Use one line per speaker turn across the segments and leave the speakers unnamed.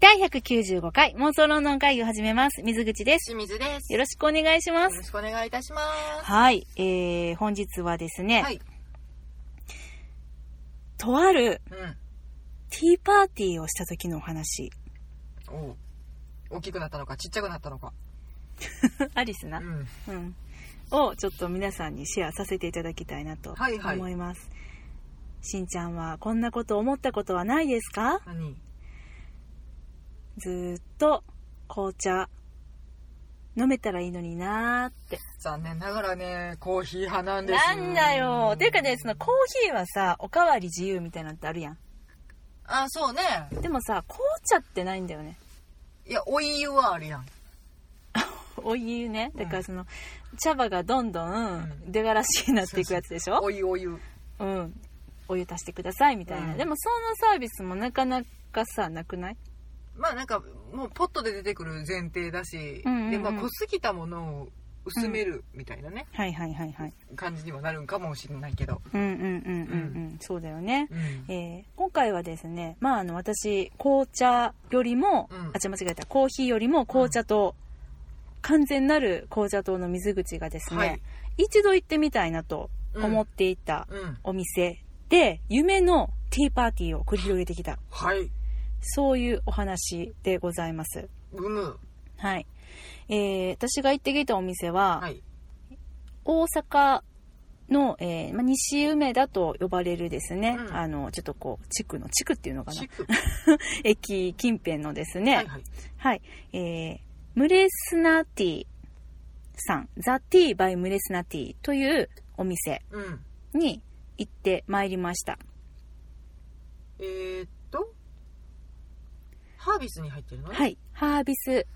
第195回妄想ロンドン会議を始めます。水口です。
清水です。
よ
よ
ろしくお願いしま
ろ
す。
しくお願いいたします。
はい。えー、本日はですね、
はい。
とある
うん。
ティーパーティーをした時のお 話。
おう大きくなったのか、ちっちゃくなったのか。
アリスな
う。ん。
うん。をちょっと皆さんにシェアさせていただきたいなと
はいはい
思います。しんちゃんはこんなこと思ったことはないですか
何
ずーっと紅茶飲めたらいいのになーって。
残念ながらね、コーヒー派なんです
なんだよ。ていうかね、そのコーヒーはさ、おかわり自由みたいなのってあるやん。
あ、そうね。
でもさ、紅茶ってないんだよね。
いや、お湯はあるやん。
お湯ね。だからその、茶葉がどんどん
ん
出がらしになっていくやつでしょ
お湯、お湯。
うん、お湯足してくださいみたいな、
うん
でもそのサービスもなかなかさなくない
まあなんか、もうポットで出てくる前提だし、
うんうんうん
で、まあ濃すぎたものを薄めるみたいなね、
はいはいはいはい
感じにはなるんかもしれないけど。
うんうんうんうんうん、そうだよね、
うん。
えー今回はですねまああの私紅茶よりも、
うん
あ違う間違えたコーヒーよりも紅茶と、完全なる紅茶糖の水口がですね、
はい
一度行ってみたいなと思っていた
うん。
お店で、夢のティーパーティーを繰り広げてきた
はい。
そういうお話でございます
うむ。
はい。えー私が行ってきたお店は、
はい。
大阪の、えーまあ、西梅田と呼ばれるですね、
うん
あの、ちょっとこう、地区の、地区っていうのかな
シ、ック。
駅近辺のですね、は
はい
い、
はい。
えームレスナティさん、ザ・ティー・バイ・ムレスナティというお店
うん。
に行ってまいりました。
えー、っと、ハービスに入ってるの
はい。ハービス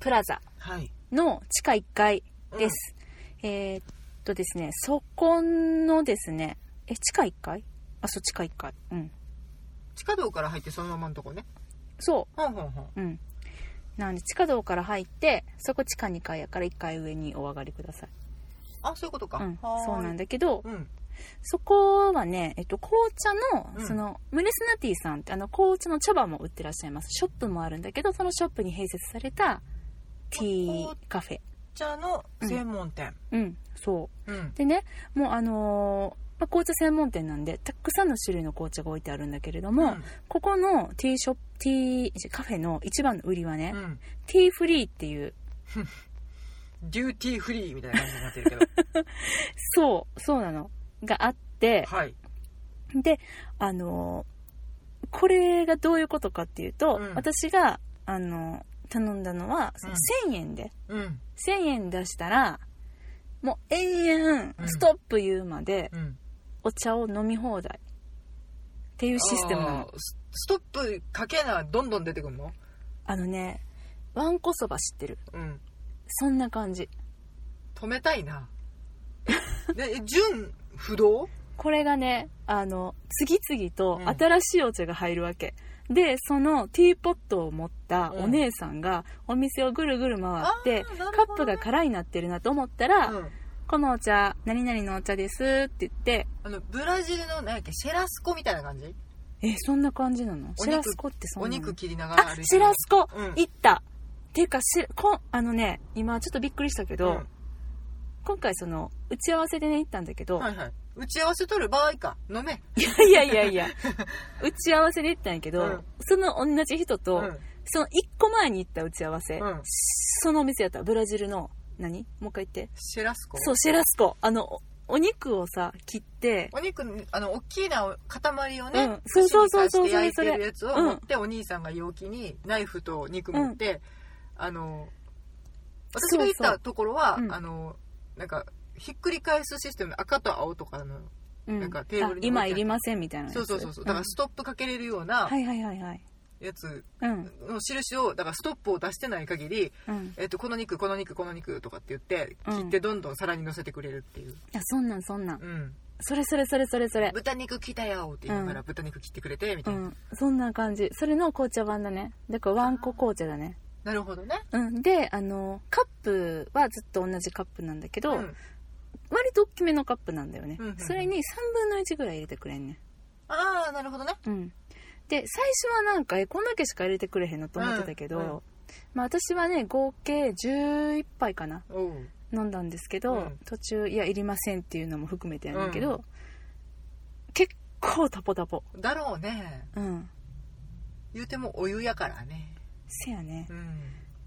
プラザ
はい。
の地下1階
うん
です。えーっとですね、そこのですね、え、地下1階あ、そう、地下1階。うん。
地下道から入ってそのままのとこね。
そ
ほんほんほん。
う。うん。なんで、地下道から入って、そこ地下2階やから1階上にお上がりください。
あ、そういうことか。
うん。
はーい
そうなんだけど、
うん。
そこはね、えっと、紅茶
う
の、
ん
その、ムレスナティさんって、あの、紅茶の茶葉も売ってらっしゃいます。ショップもあるんだけど、そのショップに併設されたティーカフェ。
茶の専門店。
うん、そう。
うん。
でねもうあのーまあ紅茶専門店なんでたくさんの種類の紅茶が置いてあるんだけれども、
ん
ここのティーショップティーカフェの一番の売りはね、
うん。
ティーフリーっていう
デューティーフリーみたいな感じになってるけど。
そうそうなのがあって
はい。
であのーこれがどういうことかっていうと、
うん
私があのー頼んだのは、その1000円で
うん。
1000円出したらもう延
う
々
ん
ストップ言うまで
うん。
お茶を飲み放題っていうシステムなの
あースストップかけな、どんどん出てくるの
あのね、わんこそば知ってる。
うん。
そんな感じ。
止めた いな。で、純不動
これがね、あの、次々と
うん
新しいお茶が入るわけ。で、そのティーポットを持ったお姉さんがお店をぐるぐる回って、
あーなる
カ
ほ
ッ
ど
プ
ね
が空になってるなと思ったら、
うん。
このお茶、何々のお茶ですって言って、
あの、ブラジルの、なんやっけ、シェラスコみたいな感じ
え、そんな感じなの
お肉
シラスコってそん
お
なの
肉切りながら歩い
あ
て、る
シラスコ、
うん
行ったっていうかしこん、あのね、今ちょっとびっくりしたけど、
うん
今回その、打ち合わせでね、行ったんだけど、
はいはい。打ち合わせとる場合か。飲め。
いやいやい や、打ち合わせで行ったんやけど、
うん
その同じ人と、
うん
その一個前に行った打ち合わせ、
うん
そのお店やった、ブラジルの、何もう一回言って。
シェラスコ
そう、シェラスコ。あの、おお肉をさ、切って、
お肉あの大きいな塊をね、
うんそうそうそうそう
串
そ
に刺して
れ
焼い
そ
て
れ
るやつを持って、お兄さんが容器にナイフと肉持って、あの私
そ
が行っ
うそ
た
う
ところは
うん
あのなんかひっくり返すシステムの赤と青とかの、
うん
なんかテーブルに置いてあ
あ今
る
いりませんみたいなやつ。
そうそうそうそうだからストップかけれるよう
う
な
んはいはいはいはい。
やつ
うん、
の印をだからストップを出してない限り、
うん。
えっと、この肉この肉この肉とかって言って
うん
切ってどんどん皿に乗せてくれるっていう、
いや、そんなんそんなん。
うん、
それそれそれそれそれ。
豚肉来たよって言いながら豚肉切ってくれてみ
う
たいな、
ん。そんな感じ。それの紅茶版だね。だからワンコ紅茶だね。
なるほどね
うん。で、あの、カップはずっと同じカップなんだけど、
うん
割と大きめのカップなんだよね、
うんうんうん
それに3分の1ぐらい入れてくれんね
ああなるほどね
うんで最初はなんかえこんだけしか入れてくれへんのと思ってたけど、
うんうん
まあ、私はね合計11杯かな
おう
飲んだんですけど、
うん
途中いやいりませんっていうのも含めてやねんけど、
う
結構タポタポ
だろうね
うん
言うてもお湯やからね
せやね、
う
っ
ん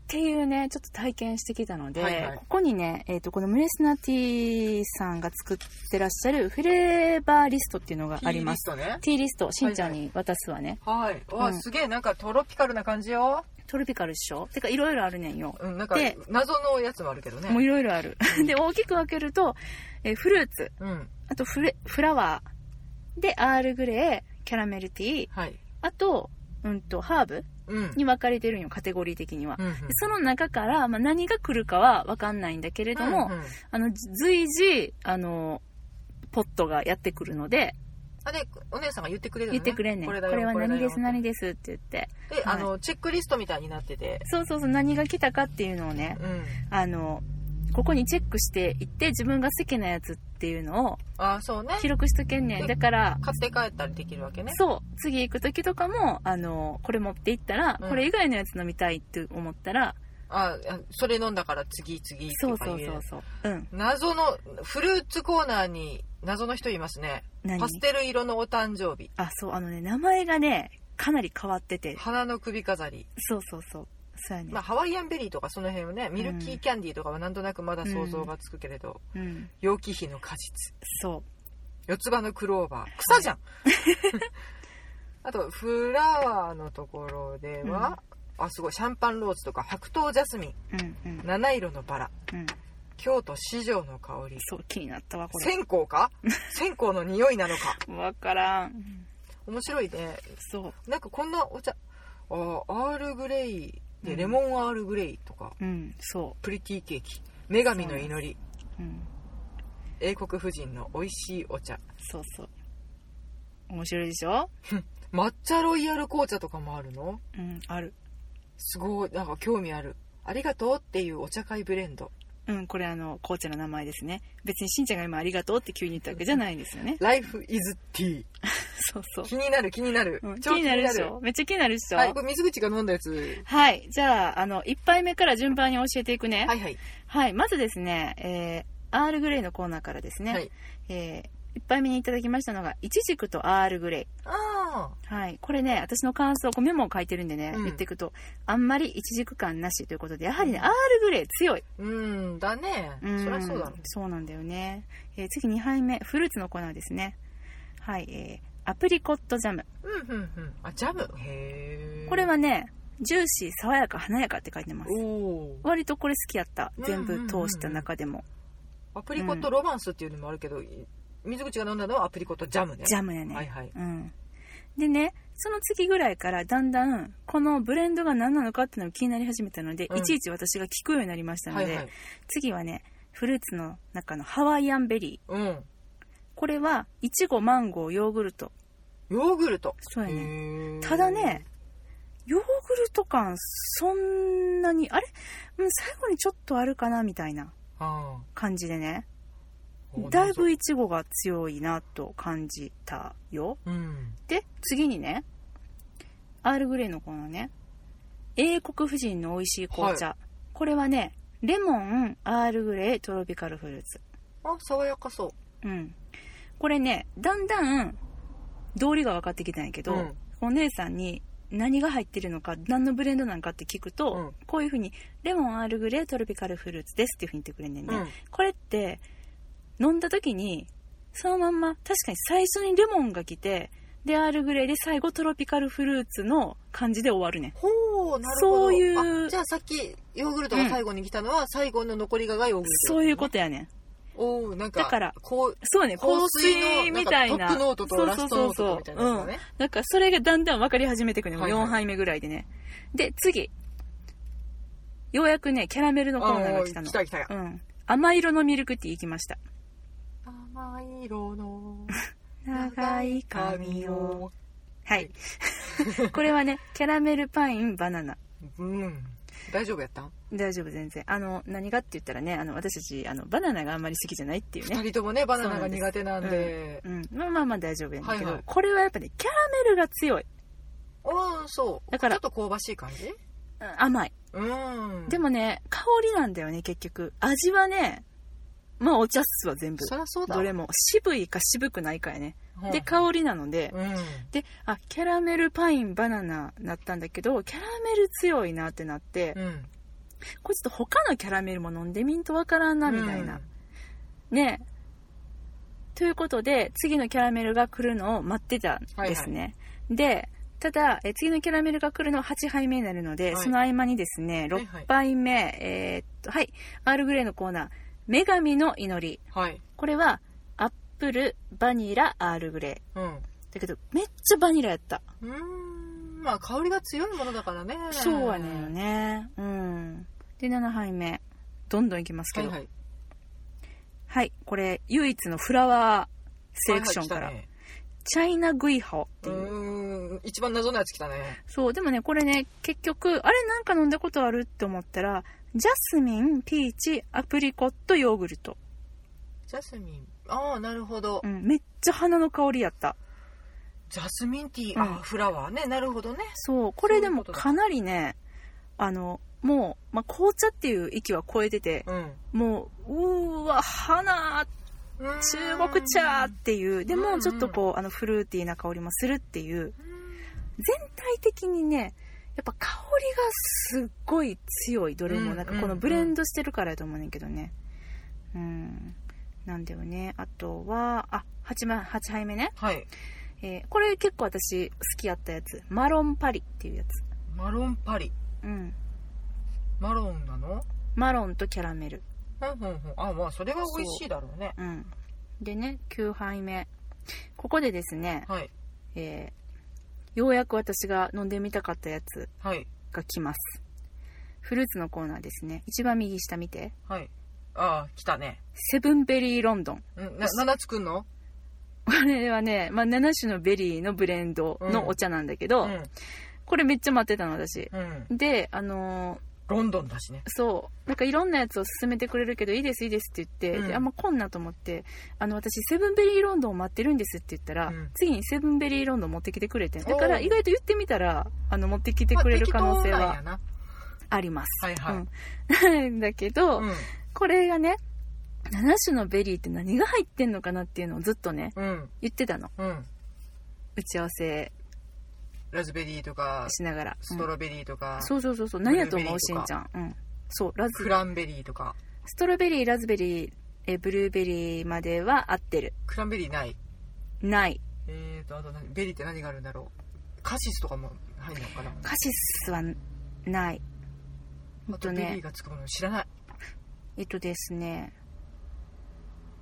ていうねちょっと体験してきたので、
はいはい
ここにね、えー、とこのムレスナティさんが作ってらっしゃるフレーバーリストっていうのがあります
ティーリストね
T リストしんちゃんに渡すわね、
はいわあ、
うん
すげえなんかトロピカルな感じよ
トロピカルっしょてかいろいろあるねんよ、
うんなんか
で
謎のやつもあるけど
もうい
ね
ろいろあるで大きく分けると、えーフルーツ
うん
あとフレフラワーでアールグレーキャラメルティー
はい
あと,、うん、とハーブ
うんうん
に分かれてるんよカテゴリー的には、
うん
でその中から、まあ、何が来るかは分かんないんだけれども、
うんうん
あのず随時あのポットがやってくるので
あでお姉さんが言ってくれるの
言ってくれんねんこ
こ
れ
れだよ
は何です
だよ
何ですって言って
で、あのチェックリストみたいになってて
そうそうそう何が来たかっていうのをね
うん
あのここにチェックしていって自分が好きなやつっていうのを
ああそうね
記録しとけんねん
で
だから
買って帰ったりできるわけね
そう次行く時とかもあのこれ持って行ったら、
うん
これ以外のやつ飲みたいって思ったら
ああそれ飲んだから次次
そ
と
う
か
そう
言え
そうそううん
謎のフルーツコーナーに謎の人いますね
何
パステル色のお誕生日
あそうあのね名前がねかなり変わってて
花の首飾り、
そうそうそうそうやね、
まあ、ハワイアンベリーとかその辺をねミルキーキャンディーとかはなんとなくまだ想像がつくけれど、
うん
楊貴妃の果実
そう
四つ葉のクローバー草じゃん あとフラワーのところでは、あすごいシャンパンローズとか白桃ジャスミン
うんうん
七色のバラ
うん
京都四条の香り
そう気になったわこれ
線香か 線香の匂いなのか
わからん
面白いね
そ
なんかこんなお茶あーアールグレイでレモンアールグレイとか、
ううんそ
プリティケーキ女神の祈り
ううん
英国夫人の美味しいお茶
そうそう面白いでしょ
抹茶ロイヤル紅茶とかもあるの
うんある
すごいなんか興味あるありがとうっていうお茶会ブレンド
うんこれあの紅茶の名前ですね別にしんちゃんが今ありがとうって急に言ったわけじゃないんですよね
ライフイズティー
そうそう
気になる気になる、
うん気になるでしょめっちゃ気になるでしょは
はい
い
こ、れ水口が飲んだやつ
じゃあ、あの、1杯目から順番に教えていくね。は、
はいいはい
まずですね、えー、アールグレイのコーナーからですね、
はい
えー、1杯目にいただきましたのが、イチジクとアールグレイ。
あ
はい、これね、私の感想、こうメモを書いてるんでね、
うん
言っていくと、あんまりイチジク感なしということで、やはりね、アールグレイ強い。
ーうんだね
ん
そりゃそうだろ
そうなんだよね。えー、次2杯目、フルーツのコーナーですね。はい、えー、アプリコットジャム。
ううんうんうんあジャムへえ
これはね、ジューシー、爽やか、華やかって書いてます
お。おー
割とこれ好きやった
うんうんうん
全
うん
部通した中でも、
アプリコットロマンスっていうのもあるけど、水口が飲んだのはアプリコットジャムね
ジャムや
はい
ね、
はい
うんでねその次ぐらいからだんだんこのブレンドが何なのかっていうのが気になり始めたので、
うん
いちいち私が聞くようになりましたの
は
で、
いはい
次はねフルーツの中のハワイアンベリー
うん
これはいちごマンゴーヨーグルト
ヨーグルト
そうやね
ね
ただねヨーグルト感そんなにあれ、うん、最後にちょっとあるかなみたいな
あ
感じでね
あ
だいぶいちごが強いなと感じたよ
うん
で次にねアールグレイのこのね英国夫人の美味しい紅茶、これはねレモンアールグレイトロピカルフルーツ
あ爽やかそう
うんこれねだんだん道理が分かってきたんやけど、
うん
お姉さんに何が入ってるのか何のブレンドなんかって聞くと、
うん
こういうふうにレモンアールグレイトロピカルフルーツですっていうふうに言ってくれんねんね、
うん
これって飲んだ時にそのまんま確かに最初にレモンが来てでアールグレイで最後トロピカルフルーツの感じで終わるねん
ほうなるほど
そういう
あじゃあさっきヨーグルトが最後に来たのは、最後の残りががヨーグルト
そういうことやねん
とおおなんか
だから
こう
そうね香
香
水
水の
みたいな
な
ん
かトップノートとラストノートとみたいなやつ
そうそうそうそうう
が
ん
ね
だからそれがだんだん分かり始めてくるの、
はいはい
4杯目ぐらいでねで次ようやくねキャラメルのコーナーが来た
あー
の
来た来
う
た
ん甘色のミルクティー行きました
甘い色の
長い髪をは
はい
これはねキャラメルパインバナナ
うん大丈夫やったん
大丈夫全然あの何がって言ったらねあの私たちあのバナナがあんまり好きじゃないっていう
二
ね、
人ともねバナナが苦手なんで
うん、まあまあまあ大丈夫やねんけど、
はいはい
これはやっぱねキャラメルが強い
ああそう
だから
ちょっと香ばしい感じ
うん甘い。
うん
で
も
もね、香りなんだよね、結局。味はね、まあお茶っすわ、全部。
そりゃそうだ
どれも。渋いか渋くないかやね。で、香りなので、
うん
で、あ、キャラメルパインバナナなったんだけど、キャラメル強いなってなって、
うん
これちょっと他のキャラメルも飲んでみんとわからんな、みたいな。ねということで、次のキャラメルが来るのを待ってたんですね。で、ただ、え次のキャラメルが来るのは8杯目になるので、
はい
その合間にですね、
はいはい
6杯目、えーっと、はい、アールグレイのコーナー、女神の祈り。
うんはい
これは、アップル、バニラ、アールグレイ。
うん
だけど、めっちゃバニラやった。
うーんまあ香りが強いものだからね
そうはねんよね。うん。で、7杯目。どんどんいきますけ
は
ど。
い
はい、
はい
これ、唯一のフラワーセレクションから。
はいはい来
チャイナグイハオったて
ね
いうう。
ーん一番謎のやつ来たね
そう、でもね、これね、結局、あれなんか飲んだことあるって思ったら、ジャスミン、ピーチ、アプリコット、ヨーグルト。
ジャスミンああなるほど
うん、めっちゃ花の香りやった。
ジャスミンティー、
うん
あフラワーねなるほどね
そう、これでも
そういうことだ
かなりね、あの、もう、まあ、紅茶っていう域は超えてて、
うん
もう、うーわ、花、
うーん
中国茶っていう、で
うんう
も
ん
ちょっとこう、あの、フルーティーな香りもするっていう、
うーん
全体的にね、やっぱ香りがすっごい強いどれ
う
も
ん
なんかこ
うんう
の
ん
ブレンドしてるからやと思うねんけどねうんなんだよねあとはあ八 8, 8杯目ね、
はい
えーこれ結構私好きやったやつマロンパリっていうやつ
マロンパリ
うん
マロンなの
マロンとキャラメル
うんうんうんあまあそれは美味しいだろうね
うんでね9杯目ここでですね、
はい
えーようやく私が飲んでみたかったやつ
はい
が来ますフルーツのコーナーですね一番右下見て
はいああ来たね
セブンベリーロンドン。
うんな7つくんの
これはね、まあ、7種のベリーのブレンドのお茶なんだけ
う
ど、
ん
これめっちゃ待ってたの、私。
うん
で、あのー
ロンドンだしね
そう、なんかいろんなやつを勧めてくれるけど、いいです、いいですって言って、
うん
であんまこんなと思って、あの、私、セブンベリーロンドンを待ってるんですって言ったら、
うん
次にセブンベリーロンドン持ってきてくれてんだか
お
ら
ー
意外と言ってみたら、あの、持ってきてくれる可能性
まあ
は
適当なんや
あります。
はいはい
うん だけど、
な
これがね、7種のベリーって何が入ってんのかなっていうのをずっとね、
うんうん
言ってたの。
うん
打ち合わせ
ラズベリーとか
しながら、
ストロベリーとか
うんそうそうそうそう
ブルー
何
ベ
や
リー
と思うし
とか
んちゃん、うん、そうラ
ク
ズ
ランベリーとか
ストロベリーラズベリーえブルーベリーまでは合ってる
クランベリーない
ない
えーとあと何ベリーって何があるんだろうカシスとかも入るのかな
カシスはないえ
あ
っ
と
と
ベリー
ね
がつくもの知らない
えっとですね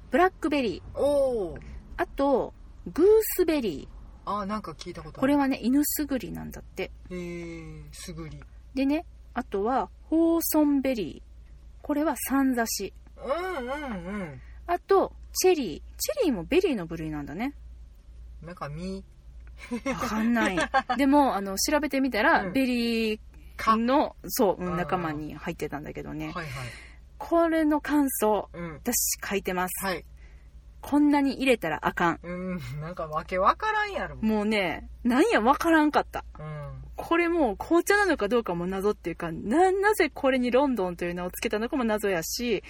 ブラックベリー
おお
あとグースベリー
あーなんか聞いたことある
これはね犬すぐりなんだって
えー、すぐり
でねあとはホーソンベリーこれはサンザシ
うんうんうん
あとチェリーチェリーもベリーの部類なんだね
なんか実
わかん ない。でも、あの、調べてみたら、
うん
ベリー
かはい
の、そう、う
うん
ん、仲間に入ってたんだけどね。
はい
これの感想、
うん
私書いてます。
はい
こんなに入れたらあかん。
うんなんかわけわからんやろ
もうね、なんやわからんかった。
うん
これもう紅茶なのかどうかも謎っていうか、な、なぜこれにロンドンという名をつけたのかも謎やし、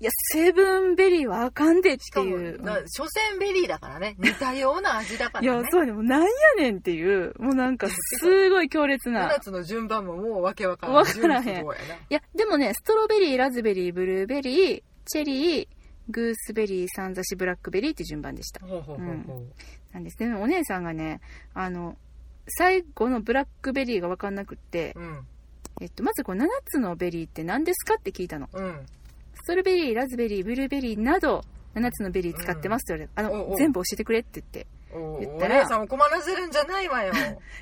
いや、セブンベリーはあかんでっ
してかも
いう。
な所詮ベリーだから ね似たような味だか
い
ら
や
ね、
そうでもなんやねんっていう、もうなんかす ごい強烈な。
7つの順番ももうわけわからん
わからへん
順番や
いや、でもね、ストロベリー、ラズベリー、ブルーベリー、チェリー、グースベリー、サンザシ、ブラックベリーって順番でした
な。ほうほうほうほう、
なんですね。でもお姉さんがね、あの、最後のブラックベリーがわかんなくって、
うん
えっと、まずこの7つのベリーって何ですかって聞いたの。
うん
ストロベリー、ラズベリー、ブルーベリーなど、7つのベリー使ってますって言われて、あ
おうお
の、
う
全部教えてくれって言って、
おお
言
お
ったら
姉さんを困らせるんじゃないわよ、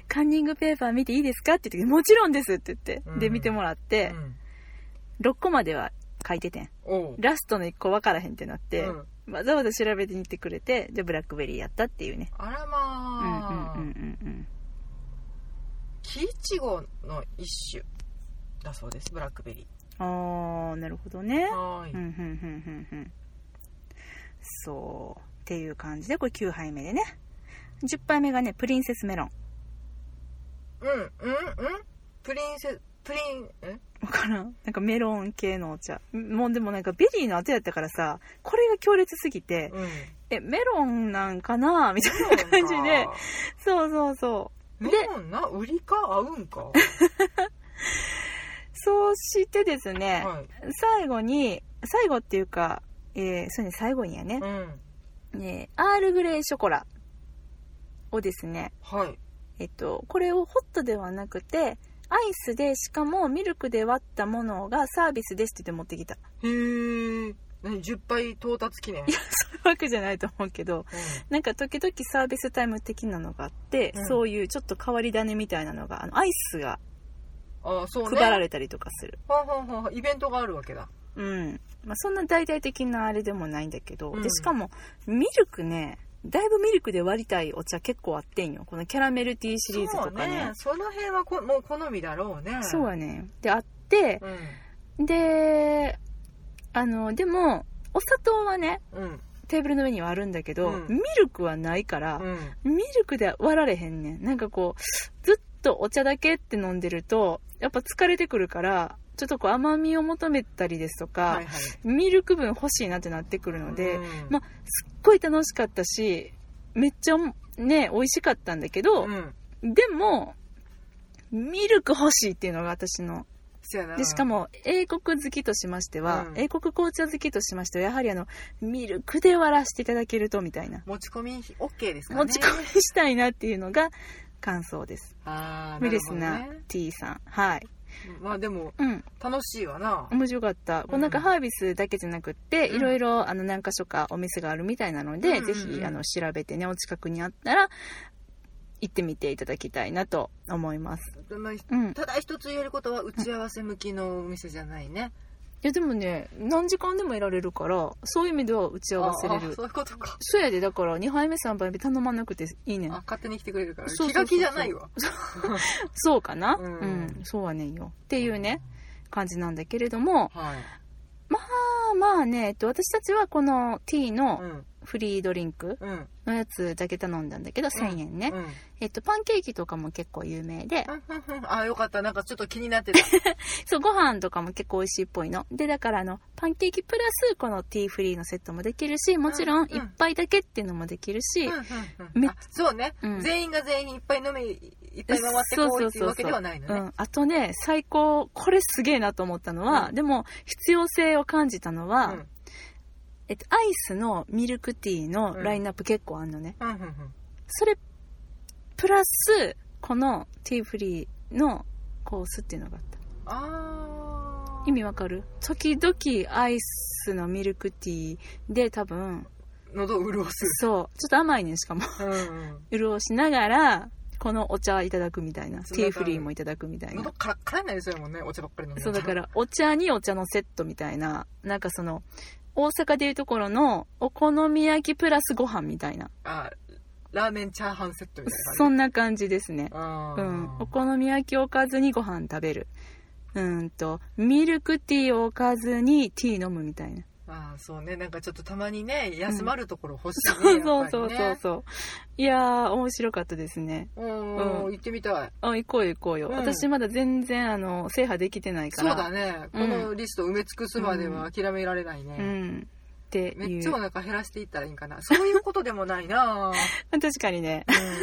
カンニングペーパー見ていいですかって言って、もちろんですって言って、
う
で、
ん
見てもらっ
う
て、
ん、
6個までは書いててん。
おう
ラストの1個わからへんってなって、
うん
わざわざ調べてに行ってくれてじゃあブラックベリーやったっていうね
あ
うん
ら
うん
まあ、
うんうん
キイチゴの一種だそうですブラックベリ
うんああなるほどね
ーはーい、
うんうんうんうんうんそうっていう感じでこれ9杯目でね10杯目がねプリンセスメロン
うんうんうんプリンセプリンん
わからん。なんかメロン系のお茶。もうでもなんかベリーの後やったからさ、これが強烈すぎて、
うん
え、メロンなんかな みたいな感じで。そうそうそう。
メロンな売りか合うんかは
そうしてです
い
ね、最後に、最後っていうか、えー、そうね、最後にやね
う、ん
ねアールグレイショコラをですね、
はい
えっと、これをホットではなくて、アイスで、しかもミルクで割ったものがサービスですって言って持ってきた。
へえ何10杯到達記念
いや、そういうわけじゃないと思うけど、なんか時々サービスタイム的なのがあって、
うん
そういうちょっと変わり種みたいなのが、あの、アイスが
うんあそうね
配られたりとかする。
はんはんはんはんイベントがあるわけだ
うん。まあ、そんな大々的なあれでもないんだけど、
うん
で、しかも、ミルクね、だいぶミルクで割りたいお茶結構あってんよ。このキャラメルティーシリーズとかね。
そうねその辺はこもう好みだろうね
そうや
ね
ね。で、あって、で、あの、でも、お砂糖はね、
うんうん
テーブルの上にはあるんだけど、
うん
ミルクはないから、
うん
ミルクで割られへんねん。なんかこう、ずっとお茶だけって飲んでると、やっぱ疲れてくるから、ちょっとこう甘みを求めたりですとか、
はいはい
ミルク分欲しいなってなってくるので、
うん
まあ、すっごい楽しかったし、めっちゃね、美味しかったんだけど
う、ん
でも、ミルク欲しいっていうのが私の。
そうやな
で、しかも、英国好きとしましては、
うん
英国紅茶好きとしましては、やはりあの、ミルクで割らせていただけると、みたいな。
持ち込み OK ですかね
持ち込みしたいなっていうのが感想です。
あー
ミレス
な
な
るほどね
T さん。はい。
まあでも
うん。
楽しいわな
面白かった。こうなんかハービスだけじゃなくって、
うん
いろいろあの何箇所かお店があるみたいなので、
うん
ぜ
うんう
ひ
ん
あの調べてね、お近くにあったら行ってみていただきたいなと思います。
まあ
うん。い
ただ一つ言えることは打ち合わせ向きのお店じゃないね
やでもね、何時間でもいられるから、そういう意味では打ち合わせれ
ああ
る
そ。ういうことか
そうやで、だから2杯目3杯目頼まなくていいね
あ
ん。
勝手に来てくれるから
そう
気
そうそうそう
が気じゃないわ
そうかな、
う
うんん、そうはねんよ。っていうね、感じなんだけれども、
はい
まあまあね、えっと、私たちはこの T
う
の
ん
フリードリンク
うん
のやつだけ頼んだんだけど、1000円ね、
うん
えっと、パンケーキとかも結構有名で、
うんうんあよかったなんかちょっと気になってた
そう、ご飯とかも結構美味しいっぽいの。で、だからあの、パンケーキプラスこの T フリーのセットもできるし、もちろん
うんうん
一杯だけっていうのもできるし、
うんうんうん
め
あそうね
うん
全員が全員いっぱい飲めいっぱい回ってこうっていうわけではないの
う
ね
ん、あとね、最高、これすげえなと思ったのは、
うん
でも、必要性を感じたのは、
うん
えっと、アイスのミルクティーのラインナップ結構あんのね。
うんうんうん
それ、プラス、このティーフリーのコースっていうのがあった。
あー
意味わかる時々アイスのミルクティーで多分、
喉を潤す
そう、ちょっと甘いねんしかも。
うんうん
潤しながら、このお茶いただくみたいな。
そう
ティーフリーもいただくみたいな
喉。カラッカラになりそうやもんねお茶ばっかり飲んで
そうだからお茶にお茶のセットみたいななんかその大阪でいうところのお好み焼きプラスご飯みたいな
あラーメンチャーハンセットみたいな
そ
感じ
んな感じですね
あ
う
ー
んお好み焼きおかずにご飯食べるうんとミルクティーおかずにティー飲むみたいな
あーそうねなんかちょっとたまにね休まるところ欲しい
そう
ね、
そうそうそう
やっぱ
そういやー面白かったですね
りねうん、
うん
行ってみたい
あ行こうよ行こうよ、
うん
私まだ全然あの制覇できてないか
そう
ら
だねこ
うん
のリストを埋め尽くすまでは諦められないね、
うんって
め
い
っ
う
ちゃお腹減らしていったらいいんかなそういうことでもな いな、
確かにね
うん、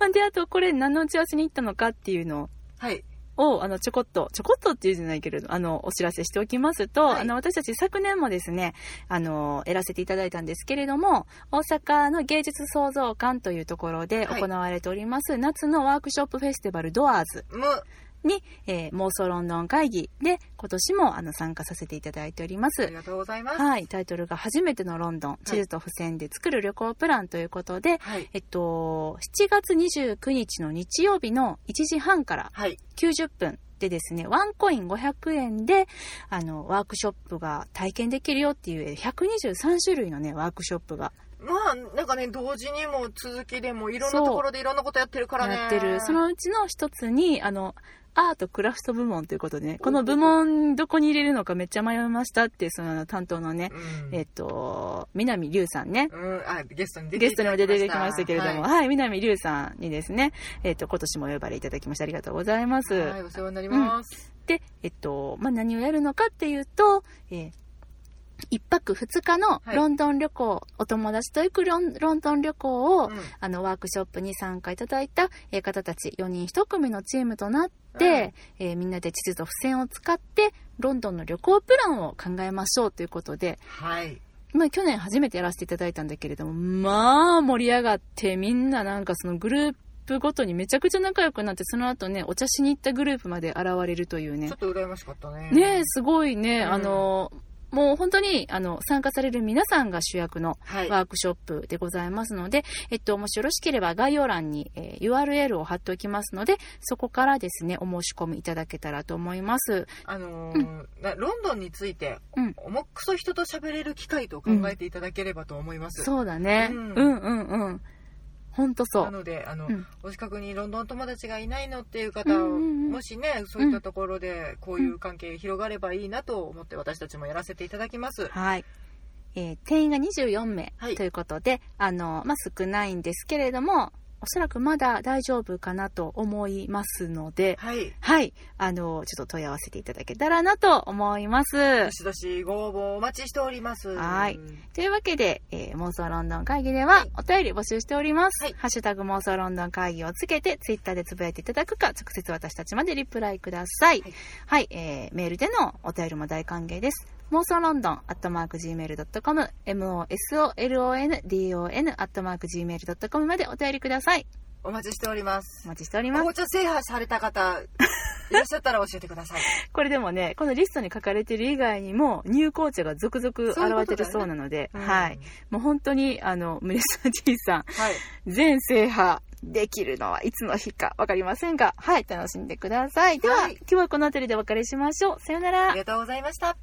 まあであとこれ何の打ち合わせに行ったのかっていうのを
はい
を、あの、ちょこっと、ちょこっとっていうじゃないけれど、あの、お知らせしておきますと、
はい
あの、私たち昨年もですね、あの、やらせていただいたんですけれども、大阪の芸術創造館というところで
はい
行われております、夏のワークショップフェスティバルドアーズ
むあ
に、えー妄想ロンドン会議で、今年も、あの、参加させていただいております
り。がとうございます
はい、タイトルが初めてのロンドン、地図と付箋で作る旅行プランということで、
はい
えっと、7月29日の日曜日の1時半から
はい
90分でですね、ワンコイン500円で、あの、ワークショップが体験できるよっていう、えー123種類のね、ワークショップが
まあなんかね同時にも続きでもいろんなところでいろんなことやってるからね
やってる。そのうちの一つに、あの、アートクラフト部門ということでね、この部門どこに入れるのかめっちゃ迷いましたって、そのあの担当のね、
うん
えっと、南龍さんね。
うん、あゲストに出て
ゲストにも出てきましたけれども、はい、
い
南龍さんにですね、えっと、今年もお呼ばれいただきましてありがとうございます。
はい、お世話になります。
で、えっと、まあ、何をやるのかっていうと、えー一泊二日の
はい
ロンドン旅行、お友達と行くロンロンドン旅行を、
うん
あの、ワークショップに参加いただいたえー方たち4人1組のチームとなっ
うん
て、えーみんなで地図と付箋を使って、ロンドンの旅行プランを考えましょうということで、
はい。
まあ去年初めてやらせていただいたんだけれども、まあ盛り上がって、みんななんかそのグループごとにめちゃくちゃ仲良くなって、その後ね、お茶しに行ったグループまで現れるというね
ちょっ。と羨ましかったね。
ねえ、すごいね、
うん
あの、もう本当に、あの、参加される皆さんが主役の
はい。
ワークショップでございますので、えっと、もしよろしければ概要欄に、えー URL を貼っておきますので、そこからですね、お申し込みいただけたらと思います。
あのーなロンドンについて、
うん
重くそ人と喋れる機会と考えていただければと思います。
そうだね。う、
うんん
うん、うんうん。ほんとそ
な
う。
ので、あの、
うん
お近くにロンドン友達がいないのっていう方を、
うんうんうん
もしね、そういったところで、こういう関係広がればいいなと思って、私たちもやらせていただきます。
はい。えー定員が24名
はい
ということで、あの、まあ、少ないんですけれども、おそらくまだ大丈夫かなと思いますので、
はい。
はい。あの、ちょっと問い合わせていただけたらなと思います
ど。しどしご応募お待ちしております。
はいというわけで、えー妄想ロンドン会議では
はい
お便り募集しております。
はい
ハッシュタグ妄想ロンドン会議をつけて、ツイッターでつぶやいていただくか、直接私たちまでリプライください。は
はいい、
えーメールでのお便りも大歓迎です。妄想ロンドン、アットマーク Gmail.com、mosolondon、アットマーク Gmail.com までお便りください。
お待ちしております
お。待ちしております。
紅茶制覇された方、いらっしゃったら教えてください。
これでもね、このリストに書かれてる以外にも、入校者が続々現れてるそうなので、
うん
はい。。もう本当に、あの、ムレサじいさん、
はい。
全制覇できるのはいつの日かわかりませんが、はい、楽しんでください。では、
はい
今日はこの辺りでお別れしましょう。さよなら
あり。がとうございました。